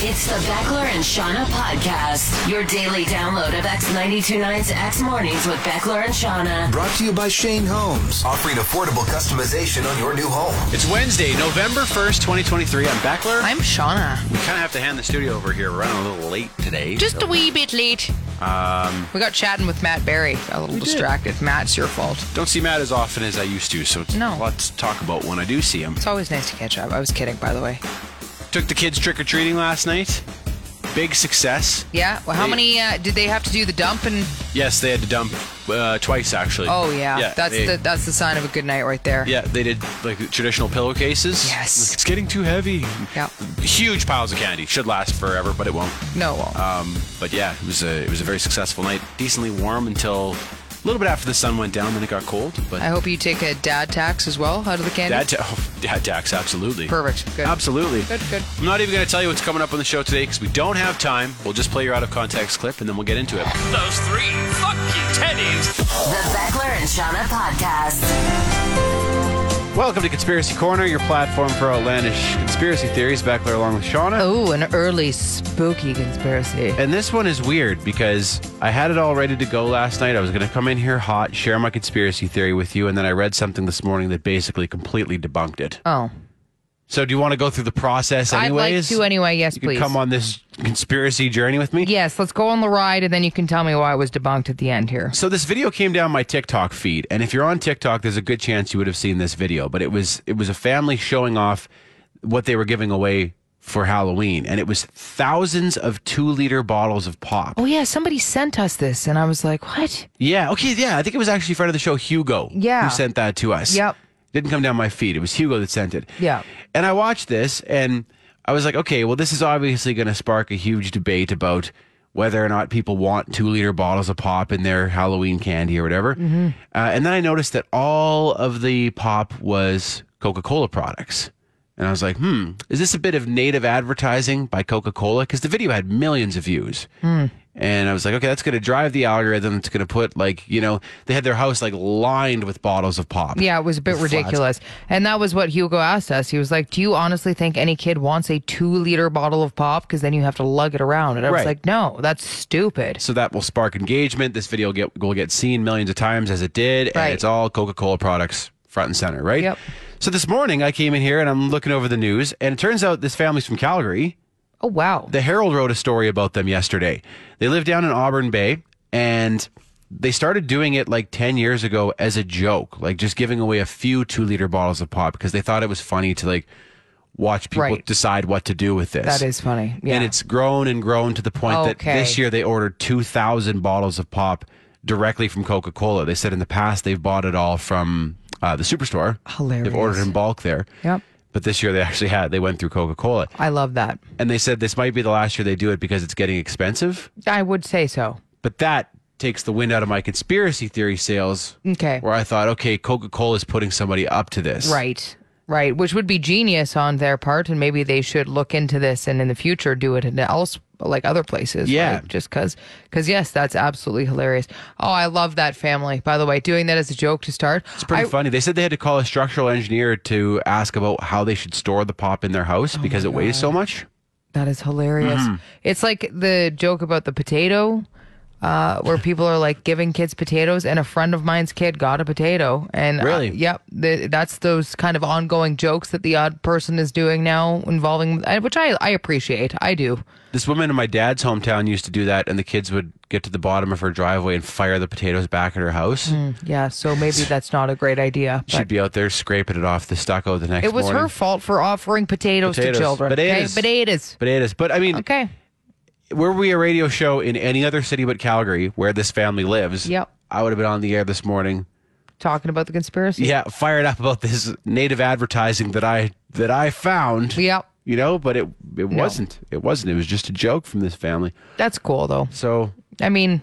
It's the Beckler and Shauna podcast, your daily download of X929's X Mornings with Beckler and Shauna. Brought to you by Shane Holmes, offering affordable customization on your new home. It's Wednesday, November 1st, 2023. I'm Beckler. I'm Shauna. we kind of have to hand the studio over here. We're running a little late today. Just so- a wee bit late. Um, we got chatting with Matt Berry. Got a little distracted. Matt, it's your fault. Don't see Matt as often as I used to, so it's No. a lot to talk about when I do see him. It's always nice to catch up. I was kidding, by the way. Took the kids trick or treating last night. Big success. Yeah. Well, how They- many uh, did they have to do the dump? And Yes, they had to dump uh, twice actually. oh yeah, that's they- the that's the sign of a good night right there. Yeah, they did like traditional pillowcases. Yes. It's getting too heavy. Yeah. Huge piles of candy. Should last forever, but it won't. No. well, Um, but yeah, it was a it was a very successful night. Decently warm until a little bit after the sun went down, then it got cold. But I hope you take a dad tax as well out of the candy. dad, ta- oh, dad tax, absolutely. Perfect. Good. Absolutely. Good. Good. I'm not even going to tell you what's coming up on the show today because we don't have time. We'll just play your out of context clip and then we'll get into it. Those three fucking teddies. The Beckler and Shauna podcast. Welcome to Conspiracy Corner, your platform for outlandish conspiracy theories. Back there along with Shauna. Oh, an early spooky conspiracy. And this one is weird because I had it all ready to go last night. I was going to come in here hot, share my conspiracy theory with you, and then I read something this morning that basically completely debunked it. Oh, So, do you want to go through the process I'd like anyways? to anyway, yes, you can please. come on this conspiracy journey with me? yes. Let's go on the ride, and then you can tell me why it was debunked at the end here. So this video came down my TikTok feed, and if you're on TikTok, there's a good chance you would have seen this video. But it was it was a family showing off what they were giving away for Halloween, and it was thousands of two liter bottles of pop. Oh yeah, somebody sent us this, and I was like, what? Yeah, okay, yeah. I think it was actually friend of the show Hugo. Yeah. who sent that to us? Yep. Didn't come down my feed. It was Hugo that sent it. Yeah. And I watched this, and I was like, okay, well, this is obviously going to spark a huge debate about whether or not people want two liter bottles of pop in their Halloween candy or whatever. Mm-hmm. Uh, and then I noticed that all of the pop was Coca Cola products. And I was like, hmm, is this a bit of native advertising by Coca Cola? Because the video had millions of views. Hmm. And I was like, okay, that's going to drive the algorithm. It's going to put, like, you know, they had their house like lined with bottles of pop. Yeah, it was a bit With flats. ridiculous. And that was what Hugo asked us. He was like, Do you honestly think any kid wants a two liter bottle of pop? Because then you have to lug it around. And I was Right. like, No, that's stupid. So that will spark engagement. This video get, will get seen millions of times as it did. Right. And it's all Coca Cola products front and center, right? Yep. So this morning I came in here and I'm looking over the news. And it turns out this family's from Calgary. Oh, wow. The Herald wrote a story about them yesterday. They live down in Auburn Bay and they started doing it like 10 years ago as a joke, like just giving away a few two liter bottles of pop because they thought it was funny to like watch people Right. decide what to do with this. That is funny. Yeah. And it's grown and grown to the point Okay. that this year they ordered 2,000 bottles of pop directly from Coca Cola. They said in the past they've bought it all from uh, the superstore. Hilarious. They've ordered in bulk there. Yep. But this year they actually had, they went through Coca Cola. I love that. And they said this might be the last year they do it because it's getting expensive. I would say so. But that takes the wind out of my conspiracy theory sales. Okay. Where I thought, okay, Coca Cola is putting somebody up to this. Right. Right. Which would be genius on their part. And maybe they should look into this and in the future do it in else. Like other places, Yeah. right? Just because, because yes, that's absolutely hilarious. Oh, I love that family. By the way, doing that as a joke to start, It's pretty funny. They said they had to call a structural engineer to ask about how they should store the pop in their house Oh because it weighs so much. That is hilarious. Mm-hmm. It's like the joke about the potato, uh, where people are like giving kids potatoes, and a friend of mine's kid got a potato. And uh, Really? yep. The, that's those kind of ongoing jokes that the odd person is doing now, involving uh, which I I appreciate. I do. This woman in my dad's hometown used to do that, and the kids would get to the bottom of her driveway and fire the potatoes back at her house. Yeah. So maybe that's not a great idea. She'd Hmm, But be out there scraping it off the stucco the next it was morning. her fault for offering potatoes, Potatoes. to children. okay? Potatoes. Potatoes. Potatoes. But I mean, Okay. were we a radio show in any other city but Calgary, where this family lives, Yep. I would have been on the air this morning talking about the conspiracy. yeah, fired up about this native advertising that I that I found. Yep. You know, but it it wasn't. It wasn't. It was just a joke from this family. That's cool though. So I mean,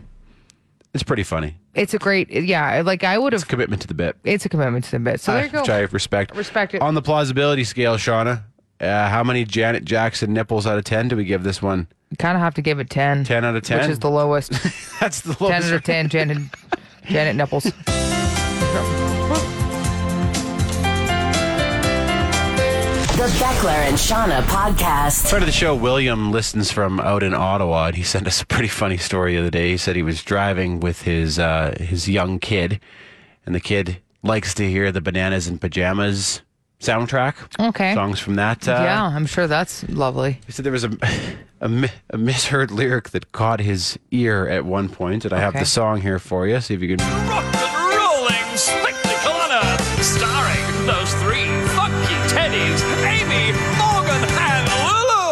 it's pretty funny. it's a great yeah, like I would It's a have commitment to the bit. Ah, it's a commitment to the bit. So there you Which I go. respect. Respect it. On the plausibility scale, Shauna, uh, how many Janet Jackson nipples out of ten do we give this one? Kind of have to give it 10. 10 out of 10? Which is the lowest. That's the 10 lowest. out of 10 Janet Janet Uh, nipples. The Beckler and Shauna podcast. Friend of the show, William, listens from out in Ottawa, and he sent us a pretty funny story the other day. He said he was driving with his uh, his young kid, and the kid likes to hear the Bananas and Pajamas soundtrack. Okay. songs from that. Uh, yeah, I'm sure that's lovely. He said there was a, a, mi- a misheard lyric that caught his ear at one point, and I have Okay. the song here for you. See if you can. Rock and rolling spectacular, starring those three funky teddies, Amy, Morgan, and Lulu.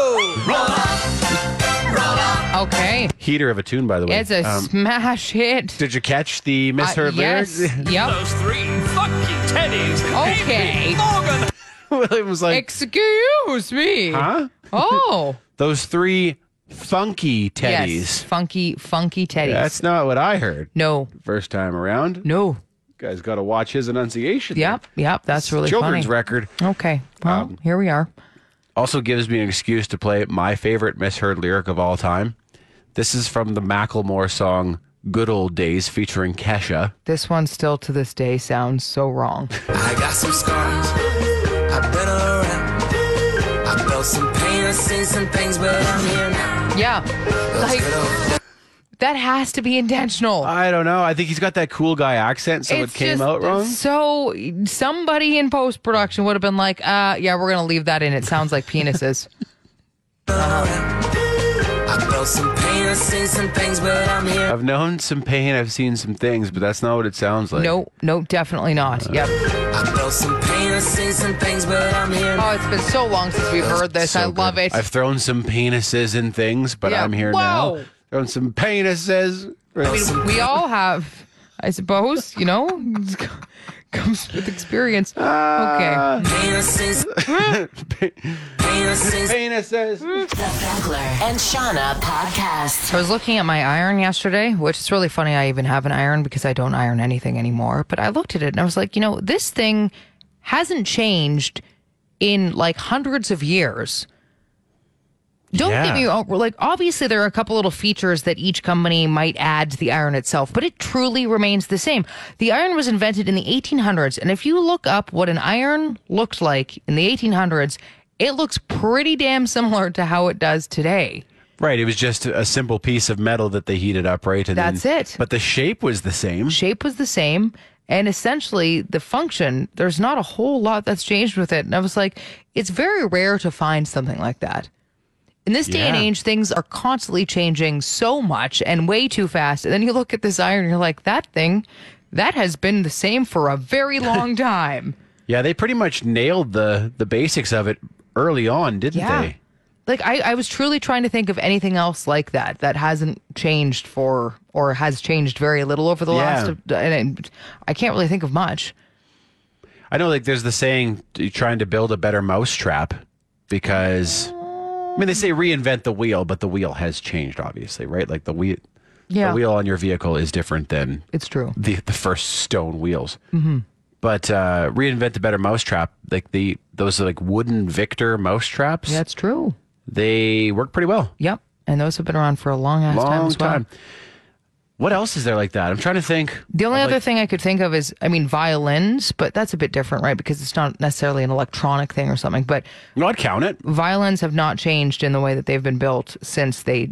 Okay. Heater of a tune, by the way. It's a Um, smash hit. did you catch the Uh, misheard yes. lyric? Yep. Those three funky teddies, Okay. Amy, Morgan, William was like, Excuse me. huh? Oh. Those three funky teddies. Yes. Funky, funky teddies. That's not what I heard no. first time around. No. Guys, got to watch his enunciation. there. Yep. Yep. That's really Children's Um, funny. record Okay. Well, here we are. also gives me an excuse to play my favorite misheard lyric of all time. This is from the Macklemore song "Good Old Days" featuring Kesha. This one still to this day sounds so wrong. I got some scars. I've been around. I felt some pain. I've seen some things, but I'm here now. Yeah. Like that has to be intentional. I don't know. I think he's got that cool guy accent, Uh, so it came out wrong. So somebody in post production would have been like, uh, yeah, we're gonna leave that in. It sounds like penises. I felt some pain. I've seen some things, but I'm here. I've known some pain, I've seen some things, but that's not what it sounds like. Uh. no, no, definitely not. Yep. I felt some pain. I've seen some things, but I'm here. now. Oh, it's been so long since we've heard this. I love it. I've thrown some penises and things, but Yeah. I'm here now. Whoa. Thrown some penises. we all have, I suppose, you know, comes with experience. Uh, okay. Pain. I've seen some pain. I've seen some penises. The Beckler and Shauna podcast. I was looking at my iron yesterday, which is really funny. I even have an iron because I don't iron anything anymore. But I looked at it and I was like, you know, this thing hasn't changed in like hundreds of years. Don't Yeah. get me wrong. Like, obviously, there are a couple little features that each company might add to the iron itself, but it truly remains the same. The iron was invented in the 1800s, and if you look up what an iron looked like in the 1800s, it looks pretty damn similar to how it does today. Right, it was just a simple piece of metal that they heated up, right? And That's then- it. But the shape was the same. shape was the same and essentially the function there's not a whole lot that's changed with it and i was like it's very rare to find something like that in this day and Yeah. age things are constantly changing so much and way too fast and then you look at this iron and you're like that thing that has been the same for a very long time Yeah, they pretty much nailed the the basics of it early on, didn't yeah they? like I, I was truly trying to think of anything else like that that hasn't changed for or has changed very little over the Yeah. last and i can't really think of much I know, like, there's the saying t- trying to build a better mousetrap because, I mean, they say reinvent the wheel, but the wheel has changed, obviously, right? Like the wheel, Yeah. the wheel on your vehicle is different than it's true the the first stone wheels. Mm-hmm. But uh, reinvent a better mousetrap, like the those like wooden Victor mousetraps, that's true they work pretty well. Yep. And those have been around for a long ass time Long as well. time. What else is there like that? I'm trying to think. The only of, other like- thing I could think of is, I mean, violins, but that's a bit different, right? Because it's not necessarily an electronic thing or something. But No, I'd count it. violins have not changed in the way that they've been built since they,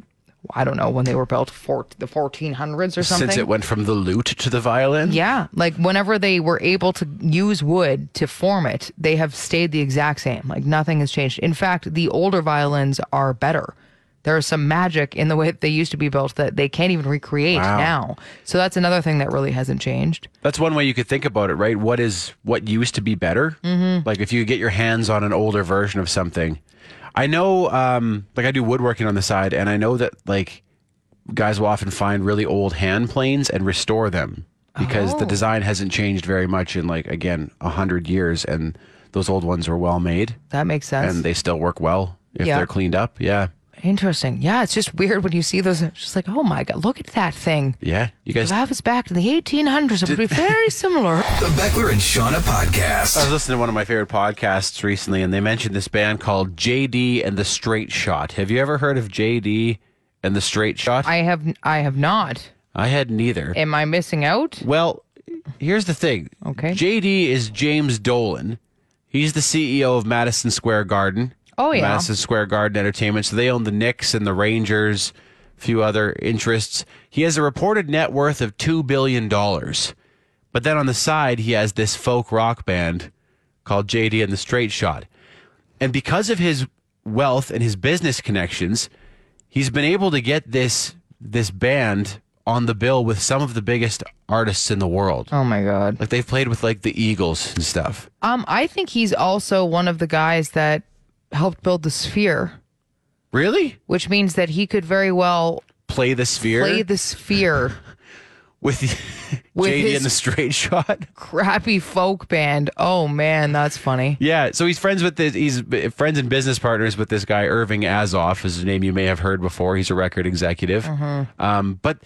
I don't know, when they were built, for, the 1400s or something. Since it went from the lute to the violin. yeah. Like whenever they were able to use wood to form it, they have stayed the exact same. Like nothing has changed. In fact, the older violins are better. There is some magic in the way that they used to be built that they can't even recreate Wow. now. So that's another thing that really hasn't changed. That's one way you could think about it, right? What is what used to be better? Mm-hmm. Like if you get your hands on an older version of something. I know, um, like I do woodworking on the side, and I know that like guys will often find really old hand planes and restore them. because the design hasn't changed very much in like again a hundred years, and those old ones were well made That makes sense. and they still work well if Yeah. they're cleaned up. Yeah, Interesting. Yeah, it's just weird when you see those. It's just like, oh my God, look at that thing. yeah. You guys, If I I was back in the 1800s, it would be very similar. The Beckler and Shauna podcast. was listening to one of my favorite podcasts recently, and they mentioned this band called JD and the Straight Shot. Have you ever heard of JD and the Straight Shot? I have, I have not. I had neither. Am I missing out? Well, here's the thing. Okay. JD is James Dolan. He's the CEO of Madison Square Garden. Oh, yeah. Madison Square Garden Entertainment. So they own the Knicks and the Rangers, a few other interests. He has a reported net worth of $2 billion. But then on the side, he has this folk rock band called JD and the Straight Shot. And because of his wealth and his business connections, he's been able to get this this band on the bill with some of the biggest artists in the world. Oh my God. Like they've played with like the Eagles and stuff. Um, I think he's also one of the guys that helped build the Sphere, Really? which means that he could very well Play the sphere play the Sphere. with, With JD his- and the straight shot. Crappy folk band. Oh man, that's funny. Yeah, so he's friends with this. He's b- friends and business partners with this guy Irving Azoff, is a name you may have heard before. He's a record executive. Mm-hmm. Um, but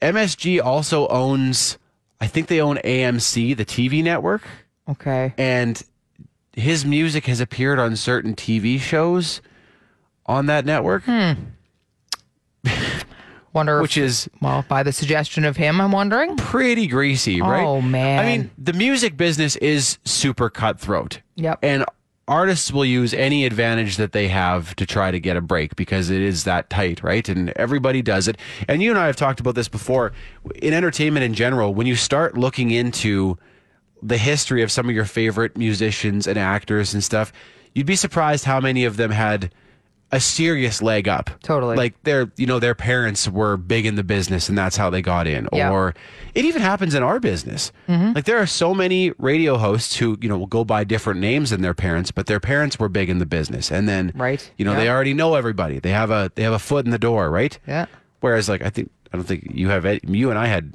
MSG also owns, I think they own AMC, the TV network, Okay. and his music has appeared on certain TV shows on that network, Hmm. Wonder which if, is well, by the suggestion of him, I'm wondering. pretty greasy, right? Oh, man. I mean, the music business is super cutthroat. Yep. And artists will use any advantage that they have to try to get a break because it is that tight, right? And everybody does it. And you and I have talked about this before in entertainment in general, when you start looking into the history of some of your favorite musicians and actors and stuff, you'd be surprised how many of them had a serious leg up. Totally. Like their, you know, their parents were big in the business and that's how they got in. Yeah. Mm-hmm. Or it even happens in our business. Like there are so many radio hosts who, you know, will go by different names than their parents, but their parents were big in the business. And then Right. you know, they Yeah. already know everybody. They have a they have a foot in the door, right? Yeah. Whereas like I think I don't think you have any- you and I had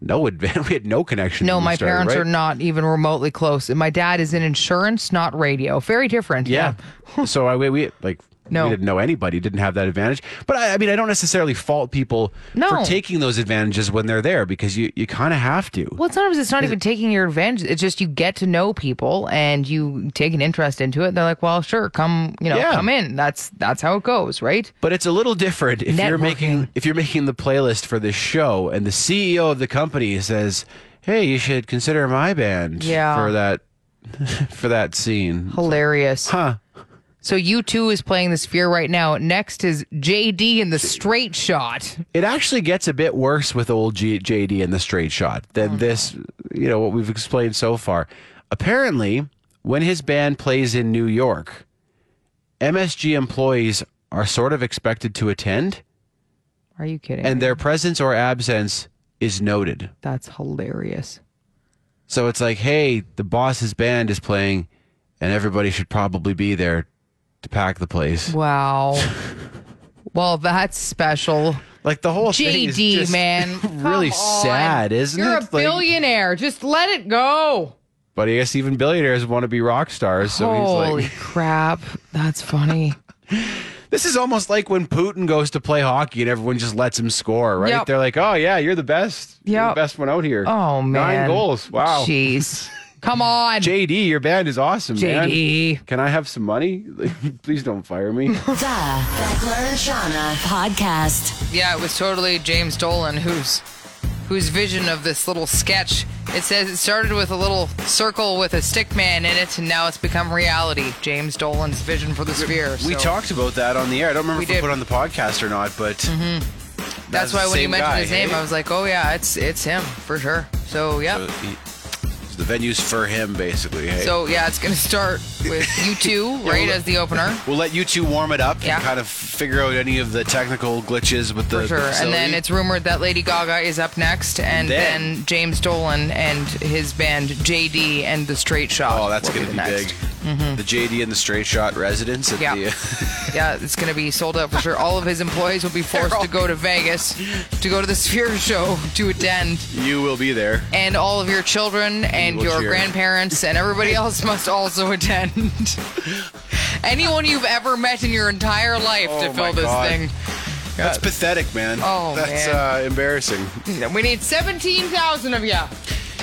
no advantage. We had no connection. No, when we my started, parents right? are not even remotely close. And my dad is in insurance, not radio. Very different. Yeah. so I we, we like No. we didn't know anybody, didn't have that advantage. But I, I mean, I don't necessarily fault people No. for taking those advantages when they're there because you you kind of have to. Well, sometimes it's not even taking your advantage. It's just you get to know people and you take an interest into it. And they're like, well, sure, come, you know, Yeah. come in. That's that's how it goes, right? But it's a little different if you're Networking. making if you're making the playlist for this show and the CEO of the company says, "Hey, you should consider my band Yeah. for that for that scene." Hilarious. Huh. So you two is playing the sphere right now. Next is JD in the straight shot. It actually gets a bit worse with old G- JD and the straight shot than Mm. this, you know, what we've explained so far. Apparently, when his band plays in New York, MSG employees are sort of expected to attend Are you kidding? and me? their presence or absence is noted. that's hilarious. So it's like, hey, the boss's band is playing and everybody should probably be there to pack the place. Wow. well, that's special. Like the whole thing is JD, just man. Come really on. sad, isn't You're it? a billionaire. just let it go. But I guess even billionaires want to be rock stars. So he's Holy like, crap. That's funny. this is almost like when Putin goes to play hockey and everyone just lets him score, right? Yep. They're like, oh, yeah, you're the best. You're Yep. the best one out here. Oh, man. Nine goals. Wow. Jeez. Come on. JD, your band is awesome, JD. man. Can I have some money? Please don't fire me. The Beckler and Shauna podcast. Yeah, it was totally James Dolan whose whose vision of this little sketch. It says it started with a little circle with a stick man in it, and now it's become reality. James Dolan's vision for the sphere. We so talked about that on the air. I don't remember We if we did. Mm-hmm. put it on the podcast or not, but That's That's why the when you same mentioned guy, his name, hey? I was like, oh yeah, it's it's him for sure. So yeah, he- the venue's for him, basically. Hey, So yeah, it's gonna start with you two, right, as the opener. we'll let you two warm it up Yeah. and kind of figure out any of the technical glitches with the. For sure. the And then facility. it's rumored that Lady Gaga is up next, and Then- then, James Dolan and his band JD and the Straight Shot. Oh, that's will going to the be next. big. Mm-hmm. The JD and the Straight Shot residents at Yeah. the. Yeah, it's going to be sold out for sure. All of his employees will be forced all- to go to Vegas to go to the Sphere show to attend, you will be there. and all of your children and will your cheer. grandparents and everybody else must also attend. Anyone you've ever met in your entire life Oh, to fill my this God. thing. That's pathetic, man. Oh, That's man. Uh, embarrassing. We need 17,000 of you.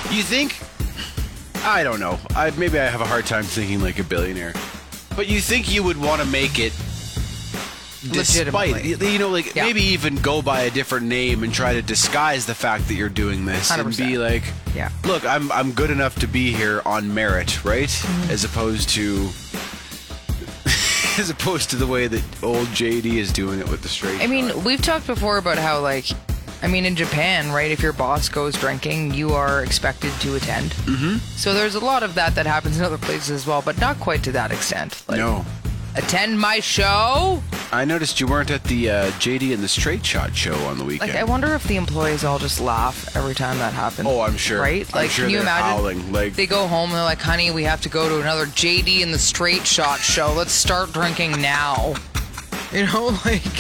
You think? I don't know. I maybe I have a hard time thinking like a billionaire. But you think you would want to make it despite Legitimately. you you know like Yeah. maybe even go by a different name and try to disguise the fact that you're doing this and 100%. be like Yeah. look I'm I'm good enough to be here on merit right Mm-hmm. as opposed to as opposed to the way that old JD is doing it with the straight I mean, shot. we've talked before about how, like, I mean, in Japan, right? If your boss goes drinking, you are expected to attend. Mm-hmm. So there's a lot of that that happens in other places as well, but not quite to that extent. Like, no attend my show. I noticed you weren't at the uh, JD and the Straight Shot show on the weekend. Like, I wonder if the employees all just laugh every time that happens. Oh, I'm sure. Right? I'm Like, sure can you they're imagine? howling, like- they go home and they're like, "Honey, we have to go to another JD in the Straight Shot show. Let's start drinking now." You know, like.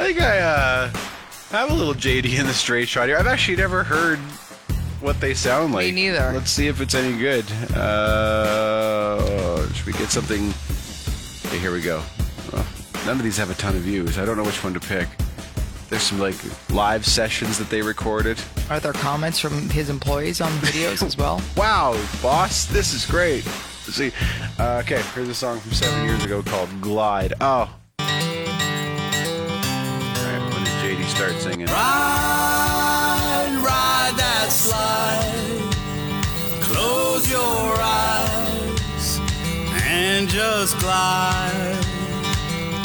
I think I uh, have a little JD in the straight shot here. I've actually never heard what they sound like. neither. Let's see if it's any good. Uh, should we get something? Okay, here we go. Oh, none of these have a ton of views. I don't know which one to pick. There's some like live sessions that they recorded. Are there comments from his employees on videos as well? Wow, boss, this is great. Let's see, uh, okay, here's a song from seven years ago called "Glide." Oh. All right, when does JD start singing? Ride, ride that slide. Close your eyes and just glide.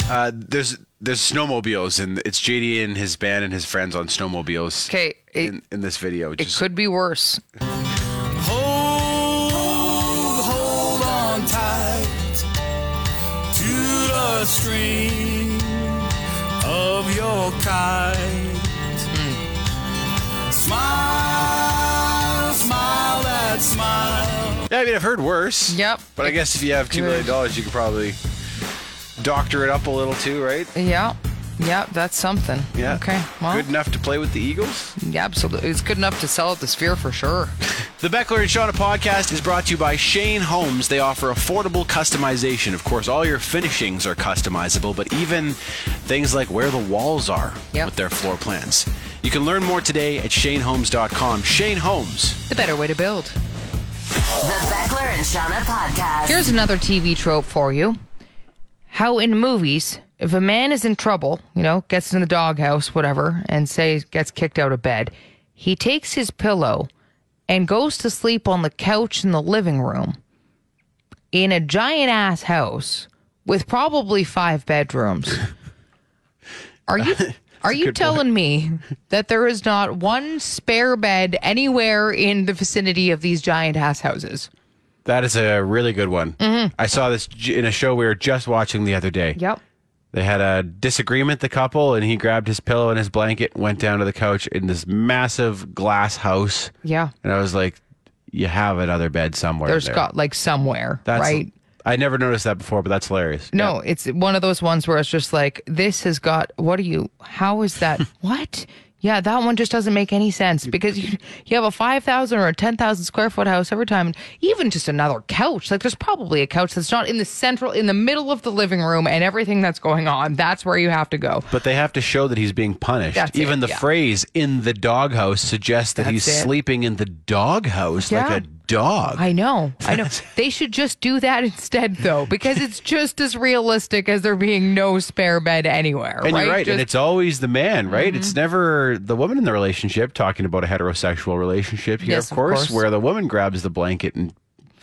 Uh, there's there's snowmobiles and it's JD and his band and his friends on snowmobiles. 'Kay, it- in, in this video, It just could be worse. Hold, hold on tight to the string of your kite. Smile, smile, that smile. yeah, I mean I've heard worse. Yep. But I guess if you have two million dollars, you could probably doctor it up a little too, right? Yeah. Yeah, that's something. Yeah. Okay. Well, good enough to play with the Eagles. yeah, absolutely. It's good enough to sell at the Sphere for sure. The Beckler and Shauna podcast is brought to you by Shane Homes. They offer affordable customization. Of course, all your finishings are customizable, but even things like where the walls are Yep. with their floor plans. You can learn more today at shanehomes.com. Shane Homes. The better way to build. The Beckler and Shauna Podcast. Here's another TV trope for you. How in movies, if a man is in trouble, you know, gets in the doghouse, whatever, and say gets kicked out of bed, he takes his pillow and goes to sleep on the couch in the living room in a giant ass house with probably five bedrooms. Are you are you telling me that there is not one spare bed anywhere in the vicinity of these giant ass houses? That is a really good one. Mm-hmm. I saw this j- in a show we were just watching the other day. Yep. They had a disagreement, the couple, and he grabbed his pillow and his blanket, went down to the couch in this massive glass house. Yeah. And I was like, you have another bed somewhere. There's there. got like somewhere, That's, right? I never noticed that before, but that's hilarious. No, it's one of those ones where it's just like, this has got, what are you, how is that, what? Yeah, that one just doesn't make any sense because you, you have a 5,000 or a 10,000 square foot house every time, even just another couch. Like, there's probably a couch that's not in the central, in the middle of the living room and everything that's going on. That's where you have to go. But they have to show that he's being punished. That's it, Even the yeah. phrase in the doghouse suggests that he's That's it. sleeping in the doghouse Yeah. like a dog. I know. I know. they should just do that instead, though, because it's just as realistic as there being no spare bed anywhere. And right? you're right. Just- and Mm-hmm. it's always the man, right? It's never the woman in the relationship talking about a heterosexual relationship here, Yes, of, of course, course. where the woman grabs the blanket and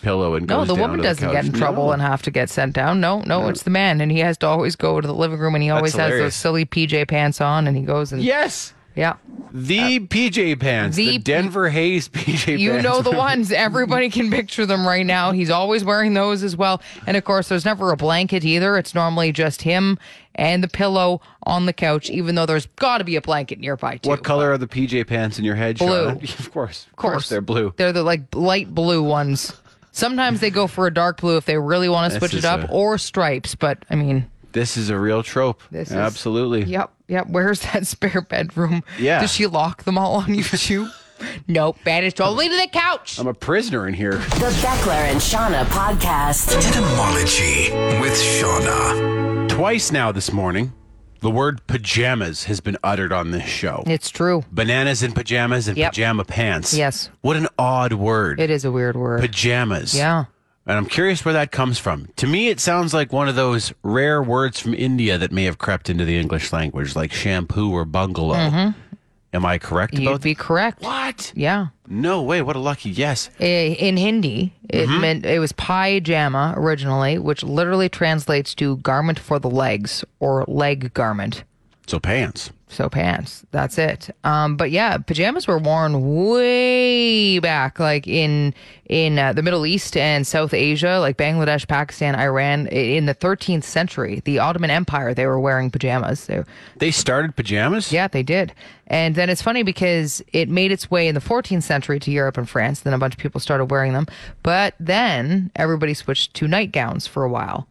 pillow and No, goes the down woman to doesn't get couch. in trouble No. and have to get sent down. No, no, it's the man, and he has to always go to the living room, and he always has hilarious. those silly PJ pants on, and he goes and yes. Yeah. The PJ pants, the, Uh, the P- Denver Hayes PJ You pants. know the ones. Everybody can picture them right now. He's always wearing those as well. And of course, there's never a blanket either. It's normally just him and the pillow on the couch, even though there's got to be a blanket nearby, too. What color are the PJ pants in your head? Blue. Shauna? of course, of Of course. course, they're blue. They're the like light blue ones. Sometimes they go for a dark blue if they really want This to switch is it up, a- or stripes. But I mean, This is a real trope. This is- Absolutely. yep, yep. Where's that spare bedroom? Yeah. Does she lock them all on YouTube? nope. Banished totally to the couch. I'm a prisoner in here. The Beckler and Shauna podcast. Etymology with Shauna. Twice now this morning, the word pajamas has been uttered on this show. It's true. Bananas in pajamas and Yep. pajama pants. Yes. What an odd word. It is a weird word. Pajamas. yeah. And I'm curious where that comes from. To me, it sounds like one of those rare words from India that may have crept into the English language, like shampoo or bungalow. Am I correct Mm-hmm. You'd about be correct. What? Yeah. No way. What a lucky yes. I- In Hindi, it Mm-hmm. meant it was pyjama originally, which literally translates to garment for the legs or leg garment. So pants. so pants. That's it. Um, but yeah, pajamas were worn way back, like in in uh, the Middle East and South Asia, like Bangladesh, Pakistan, Iran. i- In the 13th century, the Ottoman Empire, they were wearing pajamas. They, They started pajamas? yeah, they did. And then it's funny because it made its way in the 14th century to Europe and France. Then a bunch of people started wearing them, but then everybody switched to nightgowns for a while.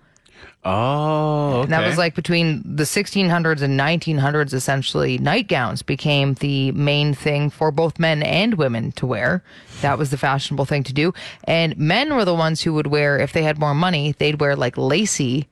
Oh, okay. And that was like between the 1600s and 1900s, essentially, nightgowns became the main thing for both men and women to wear. That was the fashionable thing to do. And men were the ones who would wear, if they had more money, they'd wear like lacy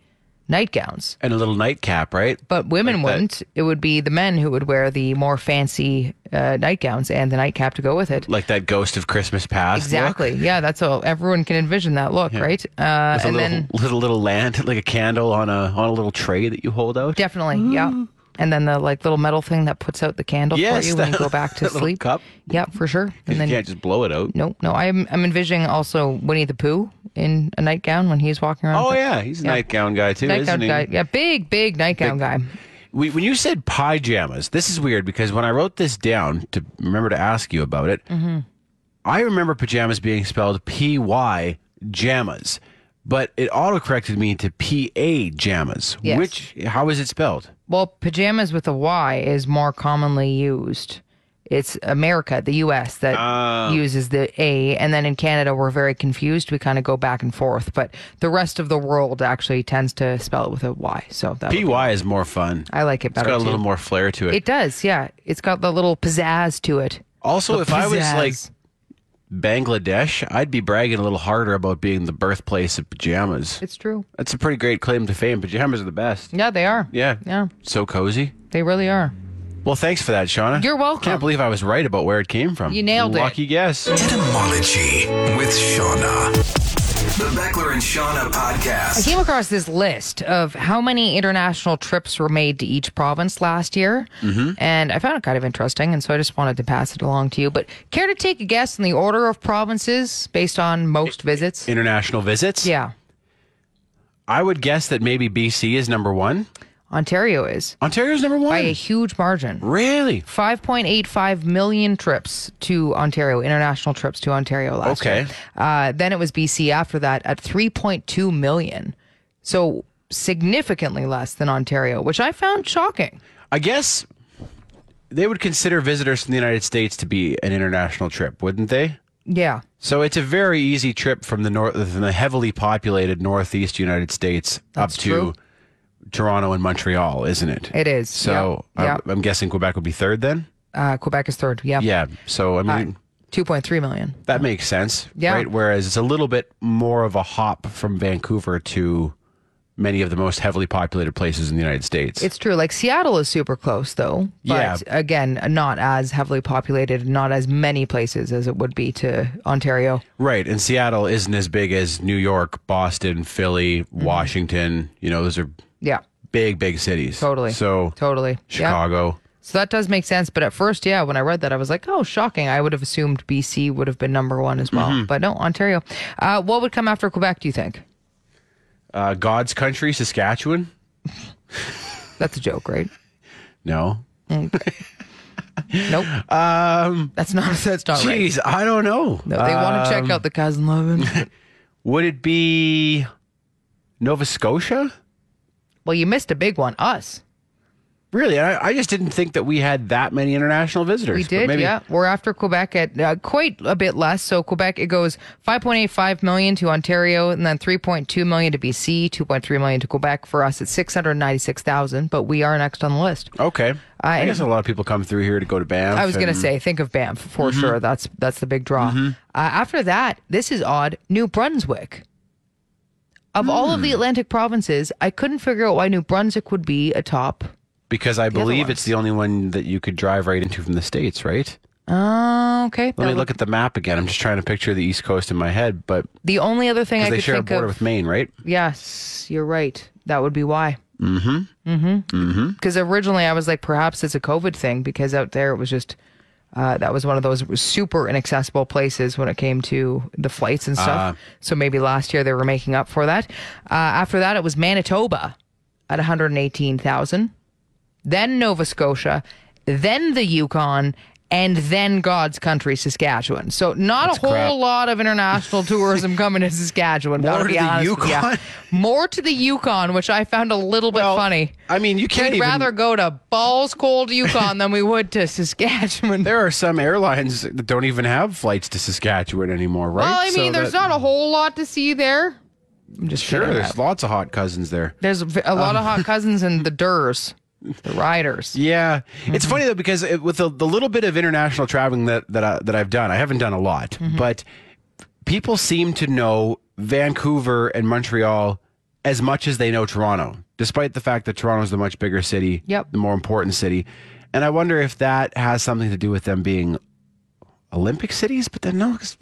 nightgowns. And a little nightcap, right? But women Like that. wouldn't. It would be the men who would wear the more fancy uh, nightgowns and the nightcap to go with it. Like that ghost of Christmas past. Exactly. Yeah, that's all. Everyone can envision that look, right? Uh, With a and little, then little little lamp, like a candle on a on a little tray that you hold out. Definitely, yeah. And then the like little metal thing that puts out the candle Mm-hmm. Yes, for you when you that- go back to that little sleep. cup. Yeah, for sure. And then you can't just blow it out. nope, no. I'm I'm envisioning also Winnie the Pooh in a nightgown when he's walking around. Oh with a yeah, he's a Yeah. nightgown guy too, isn't Nightgown he? guy. Yeah, big, big nightgown guy. We, when you said pajamas, this is weird because when I wrote this down to remember to ask you about it, Mm-hmm. I remember pajamas being spelled P Y jamas, but it autocorrected me to P A jamas. Yes. Which how is it spelled? Well, pajamas with a Y is more commonly used. It's America, the U.S., that Oh. uses the A, and then in Canada we're very confused. We kind of go back and forth, but the rest of the world actually tends to spell it with a Y. So that P Y is more fun. I like it It's better. got a too. little more flair to it. It does, yeah. It's got the little pizzazz to it. also, The if I was like pizzazz. Bangladesh, I'd be bragging a little harder about being the birthplace of pajamas. it's true. That's a pretty great claim to fame. Pajamas are the best. Yeah, they are. Yeah. Yeah, So cozy. they really are. Well, thanks for that, Shauna. You're welcome. Can't believe I was right about where it came from. You nailed it. Lucky guess. Etymology with Shauna. The Beckler and Shauna I podcast. came across this list of how many international trips were made to each province last year, mm-hmm. and I found it kind of interesting, and so I just wanted to pass it along to you. But care to take a guess on the order of provinces based on most visits? International visits. yeah, I would guess that maybe BC is number one. Ontario is Ontario's number one. by a huge margin. Really? 5.85 million trips to Ontario, international trips to Ontario last Okay. year. Uh, then it was BC after that at 3.2 million. So significantly less than Ontario, which I found shocking. I guess they would consider visitors from the United States to be an international trip, wouldn't they? Yeah. So it's a very easy trip from the north, from the heavily populated northeast United States That's up to true. Toronto and Montreal, isn't it? It is. So uh, Yeah. I'm, I'm guessing Quebec would be third then. Uh, Quebec is third. Yeah. Yeah. Uh, So I mean. 2.3 million. That makes sense. Yeah. Right? Whereas it's a little bit more of a hop from Vancouver to many of the most heavily populated places in the United States. It's true. Like Seattle is super close, though. But Yeah. again, not as heavily populated, not as many places as it would be to Ontario. right. And Seattle isn't as big as New York, Boston, Philly, Mm-hmm. Washington. You know, those are Yeah. big, big cities. Totally. So totally. Yeah. Chicago. So that does make sense. But at first, yeah, when I read that, I was like, oh, shocking. I would have assumed BC would have been number one as Mm-hmm. well. But no, Ontario. Uh, what would come after Quebec, do you think? Uh, God's country, Saskatchewan. That's a joke, right? No. Nope. Um, that's not. That's not right. Jeez, I don't know. No, they want to um, check out the Cousin Lovin. Would it be Nova Scotia? well, you missed a big one. Us. Really, I, I just didn't think that we had that many international visitors. We but did, maybe- yeah. We're after Quebec at uh, quite a bit less. So Quebec, it goes 5.85 million to Ontario, and then 3.2 million to BC, 2.3 million to Quebec. For us, it's 696,000, but we are next on the list. Okay. I, I- guess a lot of people come through here to go to Banff. I was going to and- say, think of Banff for Mm-hmm. sure. That's that's the big draw. Uh, after that, this is odd. New Brunswick. Of all Hmm. of the Atlantic provinces, I couldn't figure out why New Brunswick would be a top. because I believe it's ones. the only one that you could drive right into from the states, right? Oh, okay. Let That me would- look at the map again. I'm just trying to picture the East Coast in my head, but The only other thing I because they could share a think border of with Maine, right? Yes, you're right. That would be why. Mm-hmm. Mm-hmm. Because originally I was like, perhaps it's a COVID thing because out there it was just uh, that was one of those super inaccessible places when it came to the flights and stuff. so maybe last year they were making up for that. Uh, after that, it was Manitoba at 118,000, then Nova Scotia, then the Yukon. And then God's country, Saskatchewan. So not a whole crap. lot of international tourism coming to Saskatchewan. More gotta to be the honest with ya. Yukon? More to the Yukon, which I found a little bit funny. I mean, you can't We'd even. rather go to balls cold Yukon than we would to Saskatchewan. there are some airlines that don't even have flights to Saskatchewan anymore, right? well, I mean, So there's that- not a whole lot to see there. I'm just Sure, kidding. there's lots of hot cousins there. There's v- a lot of hot cousins and the Durs, the Riders. Yeah, it's Mm-hmm. funny though because it, with the, the little bit of international traveling that that I, that I've done, I haven't done a lot, Mm-hmm. but people seem to know Vancouver and Montreal as much as they know Toronto, despite the fact that Toronto's the much bigger city, Yep. the more important city, and I wonder if that has something to do with them being Olympic cities. But then no, 'cause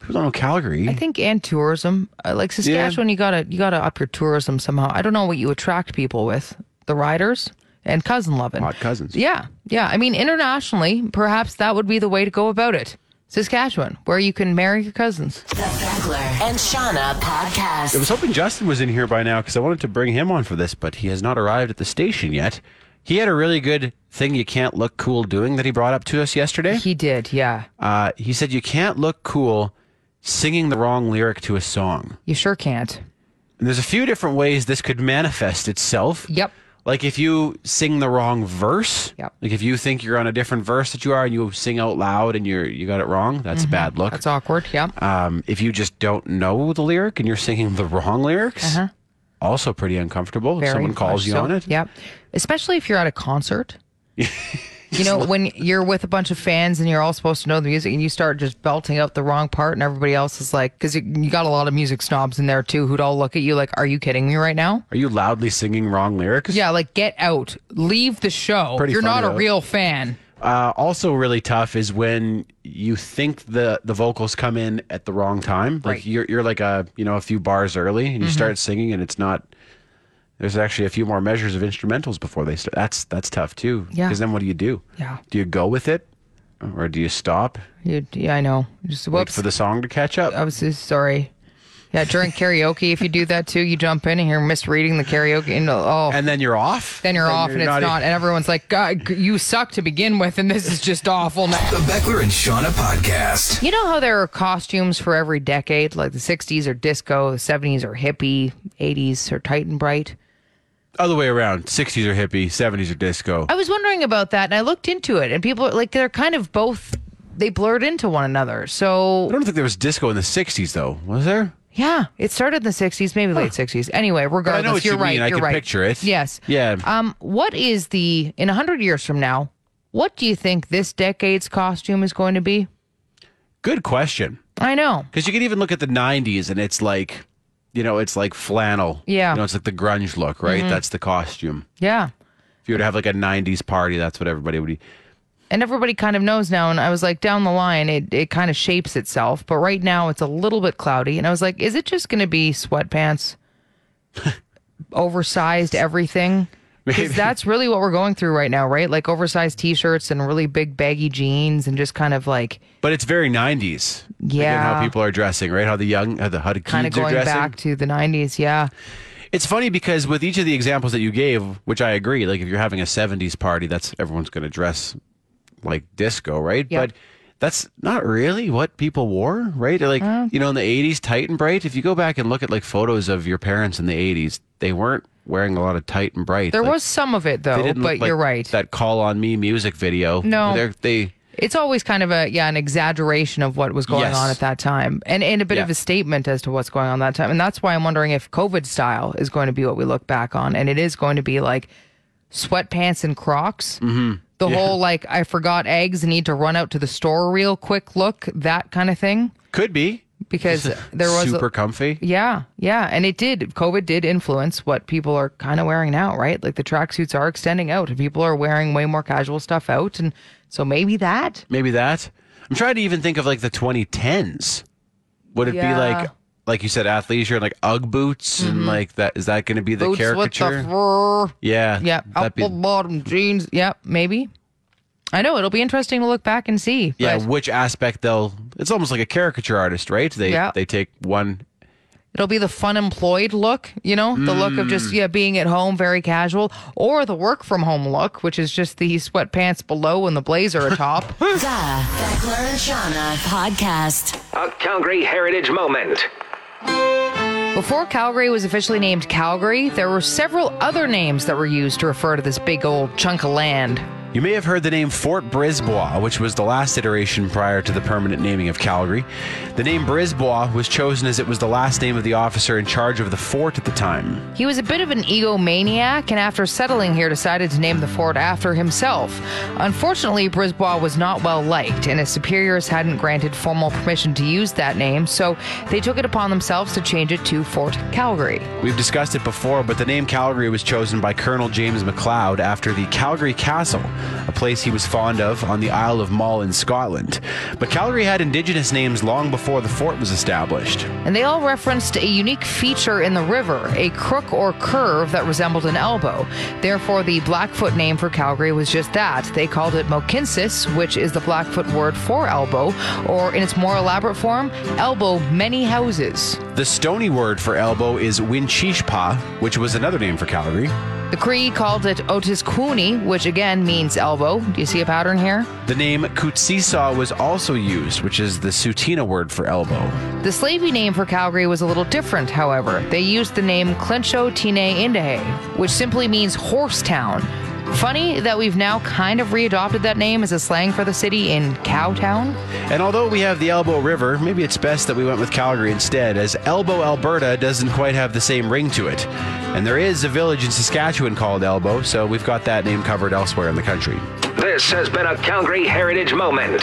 people don't know Calgary. I think and tourism, uh, like Saskatchewan, you gotta you gotta up your tourism somehow. I don't know what you attract people with the Riders and cousin loving. hot cousins. Yeah, yeah. I mean, internationally, perhaps that would be the way to go about it. Saskatchewan, where you can marry your cousins. The Beckler and Shauna I podcast. was hoping Justin was in here by now because I wanted to bring him on for this, but he has not arrived at the station yet. He had a really good thing you can't look cool doing that he brought up to us yesterday. He did, yeah. Uh, he said you can't look cool singing the wrong lyric to a song. You sure can't. And there's a few different ways this could manifest itself. Yep. Like if you sing the wrong verse, Yep. like if you think you're on a different verse that you are and you sing out loud and you're you got it wrong, that's a bad look. Mm-hmm. That's awkward. Yeah. Um, if you just don't know the lyric and you're singing the wrong lyrics, also pretty uncomfortable. if Uh-huh. Very someone calls much you so. on it. Yep. Especially if you're at a concert. you know, when you're with a bunch of fans and you're all supposed to know the music and you start just belting out the wrong part and everybody else is like, because you, you got a lot of music snobs in there too who'd all look at you like, are you kidding me right now? Are you loudly singing wrong lyrics? Yeah, like get out, leave the show. Pretty you're not funny, a though. real fan. Uh, also, really tough is when you think the the vocals come in at the wrong time. Like Right. Mm-hmm. you're you're like a you know a few bars early and you start singing and it's not. There's actually a few more measures of instrumentals before they start. That's that's tough too. Yeah. Because then what do you do? Yeah. Do you go with it, or do you stop? You, yeah, I know. Just Wait whoops. for the song to catch up. I was so sorry. Yeah, during karaoke, if you do that too, you jump in and you're misreading the karaoke. And oh, and then you're off. then you're off, and it's not- not. And everyone's like, God, you suck to begin with, and this is just awful now. The Beckler and Shauna podcast. You know how there are costumes for every decade? Like the 60s are disco, the 70s are hippie, 80s are tight and bright. other way around. 60s are hippie, 70s are disco. I was wondering about that, and I looked into it, and people are like, they're kind of both, they blurred into one another. So I don't think there was disco in the 60s, though. Was there? Yeah, it started in the '60s, maybe late '60s. Anyway, regardless, what you're you right. mean. I you're can right. picture it. Yes. Yeah. Um, what is the in hundred years from now? What do you think this decade's costume is going to be? Good question. I know. Because you can even look at the 90s and it's like, you know, it's like flannel. Yeah. Mm-hmm. You know, it's like the grunge look, right? That's the costume. Yeah, If you were to have like a 90s party, that's what everybody would be. and everybody kind of knows now. And I was like, down the line, it it kind of shapes itself. But right now, it's a little bit cloudy. And I was like, is it just going to be sweatpants, oversized everything? Because that's really what we're going through right now, right? Like oversized T-shirts and really big baggy jeans, and just kind of like. But it's very 90s. Again, how Yeah. people are dressing, right? How the young, how the, how the kind of kids are going dressing. back to the 90s yeah It's funny because with each of the examples that you gave, which I agree, like if you're having a 70s party, that's everyone's going to dress like disco, right? Yeah. But that's not really what people wore, right? Like, Uh. you know, in the 80s, tight and bright. If you go back and look at like photos of your parents in the 80s, they weren't wearing a lot of tight and bright. There Like, was some of it they though, didn't but look like you're right. That Call on Me music video. No. They're, they, it's always kind of a yeah an exaggeration of what was going Yes. on at that time and and a bit of Yeah. a statement as to what's going on that time and that's why i'm wondering if covid style is going to be what we look back on and it is going to be like sweatpants and crocs Mm-hmm. the whole like i forgot eggs and need to run out to the store real quick look that kind of thing could be. because there was a- super comfy. yeah, yeah, and it did. COVID did influence what people are kind of wearing now, right? Like the tracksuits are extending out, and people are wearing way more casual stuff out, and so maybe that. Maybe that. I'm trying to even think of like the 2010s. Would it Yeah. be like, like you said, athleisure and like UGG boots and like that? Is that going to be the caricature? with the fur. yeah. Yeah, that'd be- apple bottom jeans. Yeah, maybe. I know it'll be interesting to look back and see. yeah. but Which aspect they'll? It's almost like a caricature artist, right? They Yeah. they take one. it'll be the fun employed look, you know, the look of Mm. just yeah being at home, very casual, or the work from home look, which is just the sweatpants below and the blazer atop. The Beckler and Shauna podcast. A Calgary Heritage Moment. Before Calgary was officially named Calgary, there were several other names that were used to refer to this big old chunk of land. You may have heard the name Fort Brisbois, which was the last iteration prior to the permanent naming of Calgary. The name Brisbois was chosen as it was the last name of the officer in charge of the fort at the time. He was a bit of an egomaniac and after settling here decided to name the fort after himself. Unfortunately, Brisbois was not well liked and his superiors hadn't granted formal permission to use that name, so they took it upon themselves to change it to Fort Calgary. We've discussed it before, but the name Calgary was chosen by Colonel James MacLeod after the Calgary Castle, a place he was fond of on the Isle of Mull in Scotland. But Calgary had indigenous names long before the fort was established. And they all referenced a unique feature in the river, a crook or curve that resembled an elbow. Therefore, the Blackfoot name for Calgary was just that. They called it Mokinsis, which is the Blackfoot word for elbow, or in its more elaborate form, elbow many houses. The Stony word for elbow is Winchishpa, which was another name for Calgary. The Cree called it Otis Cooney, which again means elbow. Do you see a pattern here? The name Kutsisa was also used, which is the Sutina word for elbow. The slavey name for Calgary was a little different, however. They used the name Clincho Tine Indahe, which simply means horse town. Funny that we've now kind of readopted that name as a slang for the city in Cowtown. And although we have the Elbow River, maybe it's best that we went with Calgary instead, as Elbow, Alberta doesn't quite have the same ring to it. And there is a village in Saskatchewan called Elbow, so we've got that name covered elsewhere in the country. This has been a Calgary Heritage Moment.